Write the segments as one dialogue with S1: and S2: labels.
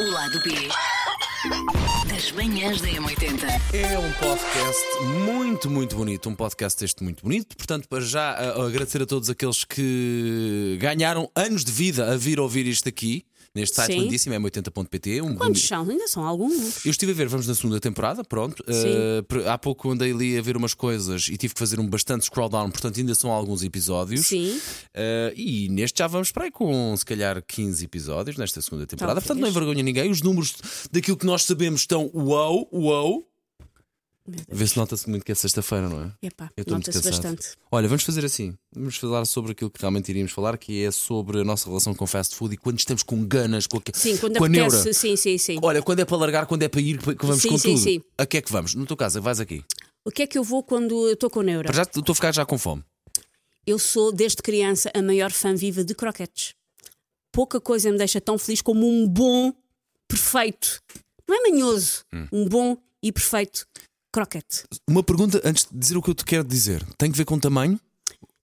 S1: O lado B das manhãs da M80.
S2: É um podcast muito, muito bonito. Um podcast este muito bonito. Portanto, para já a- a agradecer a todos aqueles que ganharam anos de vida a vir ouvir isto aqui, neste site
S3: Sim.
S2: lindíssimo, é m80.pt. Um
S3: Quantos
S2: bonito-
S3: são? Ainda são alguns.
S2: Eu estive a ver, vamos na segunda temporada, pronto.
S3: Sim.
S2: Uh, pre- há pouco andei ali a ver umas coisas e tive que fazer um bastante scroll down, portanto ainda são alguns episódios.
S3: Sim.
S2: Uh, e neste já vamos para aí com se calhar 15 episódios nesta segunda temporada.
S3: Talvez.
S2: Portanto, não envergonha ninguém. Os números daquilo que nós sabemos estão uau, uau. Vê se nota-se muito que é sexta-feira, não é?
S3: Epá,
S2: Eu estou muito
S3: nota-se
S2: cansado.
S3: bastante.
S2: Olha, vamos fazer assim. Vamos falar sobre aquilo que realmente iríamos falar, que é sobre a nossa relação com fast food e quando estamos com ganas, com, aque-
S3: Sim, quando
S2: com a neura.
S3: apetece. Sim, sim, sim.
S2: Olha, quando é para largar, quando é para ir, que vamos
S3: Sim,
S2: com
S3: sim,
S2: tudo.
S3: sim.
S2: A que é que vamos? No teu caso, vais aqui.
S3: O que é que eu vou quando eu estou com neura?
S2: Para já estou a ficar já com fome.
S3: Eu sou, desde criança, a maior fã viva de croquetes. Pouca coisa me deixa tão feliz como um bom, perfeito. Não é manhoso.
S2: Hum.
S3: Um bom e perfeito croquete.
S2: Uma pergunta antes de dizer o que eu te quero dizer. Tem que ver com o tamanho?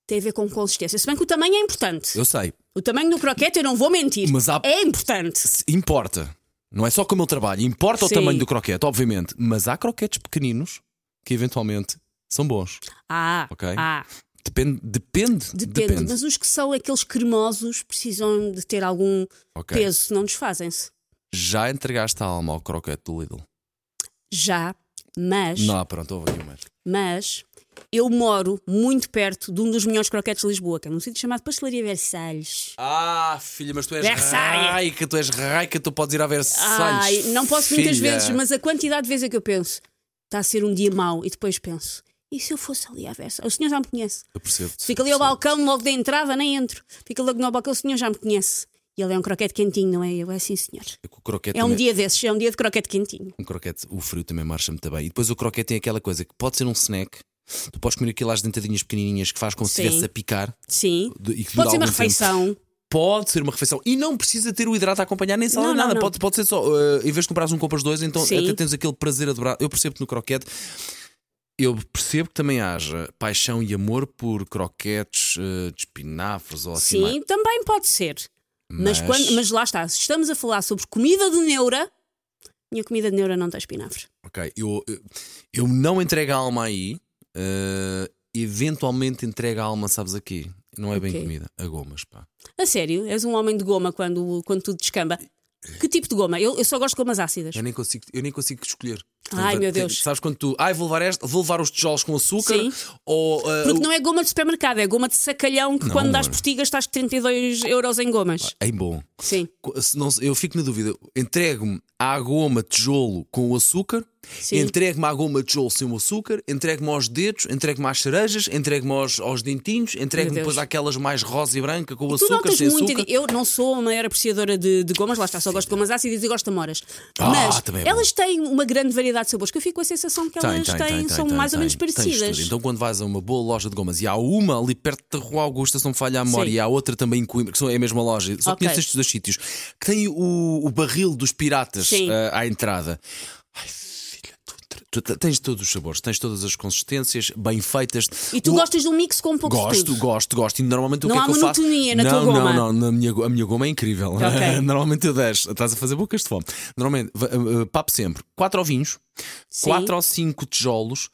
S3: Tem a ver com consistência. Se bem que o tamanho é importante.
S2: Eu sei.
S3: O tamanho do croquete, eu não vou mentir.
S2: Mas há-
S3: É importante.
S2: Se- Importa. Não é só como eu trabalho. Importa o
S3: Sim.
S2: tamanho do croquete, obviamente. Mas há croquetes pequeninos que eventualmente são bons.
S3: Ah,
S2: Ok.
S3: ah.
S2: Depende. Depende.
S3: Depende, mas os que são aqueles cremosos precisam de ter algum
S2: Ok.
S3: peso, senão desfazem-se.
S2: Já entregaste a alma ao croquete do Lidl?
S3: Já, mas,
S2: Não, pronto, houve aqui um mais.
S3: mas eu moro muito perto de um dos melhores croquetes de Lisboa, que é num sítio chamado Pastelaria Versalhes.
S2: Ah, filha, mas
S3: É
S2: tu és
S3: Versailles.
S2: raica, tu és raica, tu podes ir a
S3: Ai,
S2: Versalhes.
S3: não posso muitas
S2: filha.
S3: vezes, mas a quantidade de vezes é que eu penso está a ser um dia mau e depois penso. E se eu fosse ali à Versalhes? O senhor já me conhece.
S2: Eu percebo.
S3: Fica ali ao balcão, logo da entrada, nem entro. Fica logo no balcão, o senhor já me conhece. E ele é um croquete quentinho, não é? Eu é sim, senhor.
S2: O croquete
S3: É um
S2: também-
S3: dia desses, é um dia de croquete quentinho.
S2: Um croquete, o frio também marcha muito bem. E depois o croquete tem aquela coisa que pode ser um snack. Tu podes comer aquilo às dentadinhas pequenininhas que faz como se
S3: Sim.
S2: estivesse a picar.
S3: Sim.
S2: de- e que dura
S3: Pode ser uma
S2: algum tempo.
S3: refeição.
S2: Pode ser uma refeição. E não precisa ter o hidrato a acompanhar nem salada,
S3: Não, não,
S2: nada.
S3: não.
S2: Pode, pode ser só. eh, em vez de comprares um, compras dois, então
S3: Sim.
S2: até tens aquele prazer a dobrar. Eu percebo no croquete. Eu percebo que também haja paixão e amor por croquetes eh, de espinafres ou assim. mais.
S3: Sim, também pode ser. Mas,
S2: Mas-
S3: quando, mas lá está, se estamos a falar sobre comida de neura, minha comida de neura não tem espinafre.
S2: Ok, eu, eu- eu não entrego a alma aí, eh, eventualmente entrego a alma, sabes aqui? Não é bem
S3: Ok.
S2: comida, a gomas, pá.
S3: A sério, és um homem de goma quando, quando tudo descamba. Que tipo de goma? Eu, eu só gosto de gomas ácidas.
S2: Eu nem consigo, eu nem consigo escolher.
S3: Ai,
S2: Tem-
S3: meu
S2: tem-
S3: Deus.
S2: sabes quando tu, ai, vou levar, este, vou levar os tijolos com açúcar?
S3: Sim.
S2: Ou, eh,
S3: Porque não é goma de supermercado, é goma de sacalhão que
S2: Não,
S3: quando dás
S2: amor.
S3: portigas estás 32 euros em gomas.
S2: Em É bom.
S3: Sim,
S2: Co- se não- eu fico na dúvida. Entrego-me à goma tijolo com o açúcar,
S3: Sim.
S2: entrego-me à goma tijolo sem o açúcar, entrego-me aos dedos, entrego-me às cerejas, entrego-me aos, aos dentinhos, entrego-me
S3: Deus.
S2: depois àquelas mais rosa e branca com o
S3: tu não
S2: açúcar,
S3: tens
S2: sem
S3: muito.
S2: açúcar.
S3: Eu não sou a maior apreciadora de, de gomas, lá está, só gosto de gomas ácidas e gosto de amoras.
S2: Ah,
S3: Mas
S2: também é bom.
S3: elas têm uma grande variedade de sabores que eu fico com a sensação que elas têm, são mais ou menos
S2: tem, tens
S3: parecidas.
S2: tudo. Então, quando vais a uma boa loja de gomas e há uma ali perto da Rua Augusta, se não me falha a memória,
S3: Sim.
S2: e há outra também em Coimbra, que são- é a mesma loja, só
S3: Ok.
S2: conheço estes dois sítios, que tem o, o barril dos piratas
S3: Sim.
S2: ah, à entrada. Ai, filha, tu, tra- tu te- tens todos os sabores, tens todas as consistências bem feitas.
S3: E tu
S2: O-
S3: gostas de um mix com um pouco de
S2: Gosto,
S3: tudo?
S2: gosto, gosto. E normalmente o
S3: Não
S2: que é
S3: há
S2: que eu faço?
S3: monotonia na
S2: não,
S3: tua
S2: Não,
S3: goma.
S2: não, na minha, go- a minha goma é incrível.
S3: Ok.
S2: normalmente eu deixo. Estás a fazer bocas de fome. Normalmente, va- uh, uh, papo sempre. Quatro ovinhos,
S3: Sim.
S2: quatro ou cinco tijolos.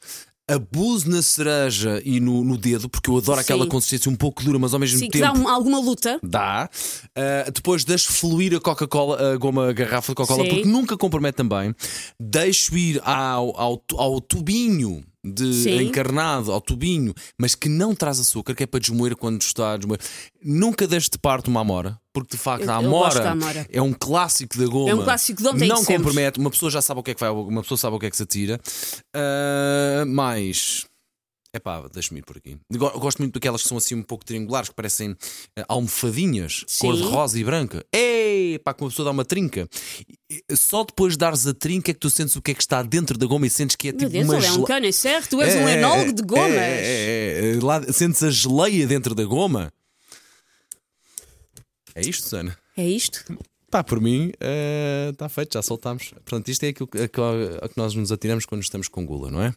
S2: Abuso na cereja e no, no dedo, porque eu adoro aquela
S3: Sim.
S2: consistência um pouco dura, mas ao mesmo
S3: Sim, que
S2: tempo.
S3: dá um- alguma luta.
S2: Dá. Ah, depois deixo fluir a Coca-Cola, a goma a garrafa de Coca-Cola,
S3: Sim.
S2: porque nunca compromete também. Deixo ir ao, ao, tu- ao tubinho de
S3: Sim.
S2: encarnado, ao tubinho, mas que não traz açúcar, que é para desmoer quando está a desmoer. Nunca deixo de parte uma amora, porque de facto
S3: Eu-
S2: a
S3: eu gosto
S2: amora,
S3: da amora.
S2: é um clássico da goma.
S3: É um clássico de ontem e
S2: Não
S3: de sempre.
S2: compromete, uma pessoa já sabe o que é que vai, uma pessoa sabe o que é que se atira. Ah, mas. Epá, deixa-me ir por aqui. Go- Gosto muito daquelas que são assim um pouco triangulares, que parecem eh, almofadinhas,
S3: Sim.
S2: cor de rosa e branca. Ei, pá, que uma pessoa dá uma trinca. E- e Só depois de dares a trinca é que tu sentes o que é que está dentro da goma e sentes que é
S3: Meu
S2: tipo
S3: Deus,
S2: uma
S3: ele é um
S2: gele-
S3: cano, é certo? Tu és
S2: É,
S3: um
S2: é,
S3: enólogo de
S2: é,
S3: gomas.
S2: é, é, é. Lá sentes a geleia dentro da goma. É isto, Susana?
S3: É isto?
S2: Pá, por mim, eh, está feito, já soltámos. Portanto, isto é aquilo que, a, que- a que nós nos atiramos quando estamos com gula, não é?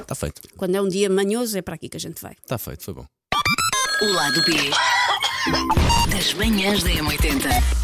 S2: Está feito,
S3: Quando é um dia manhoso, é para aqui que a gente vai.
S2: está feito, foi bom.
S1: O lado B das manhãs da M80.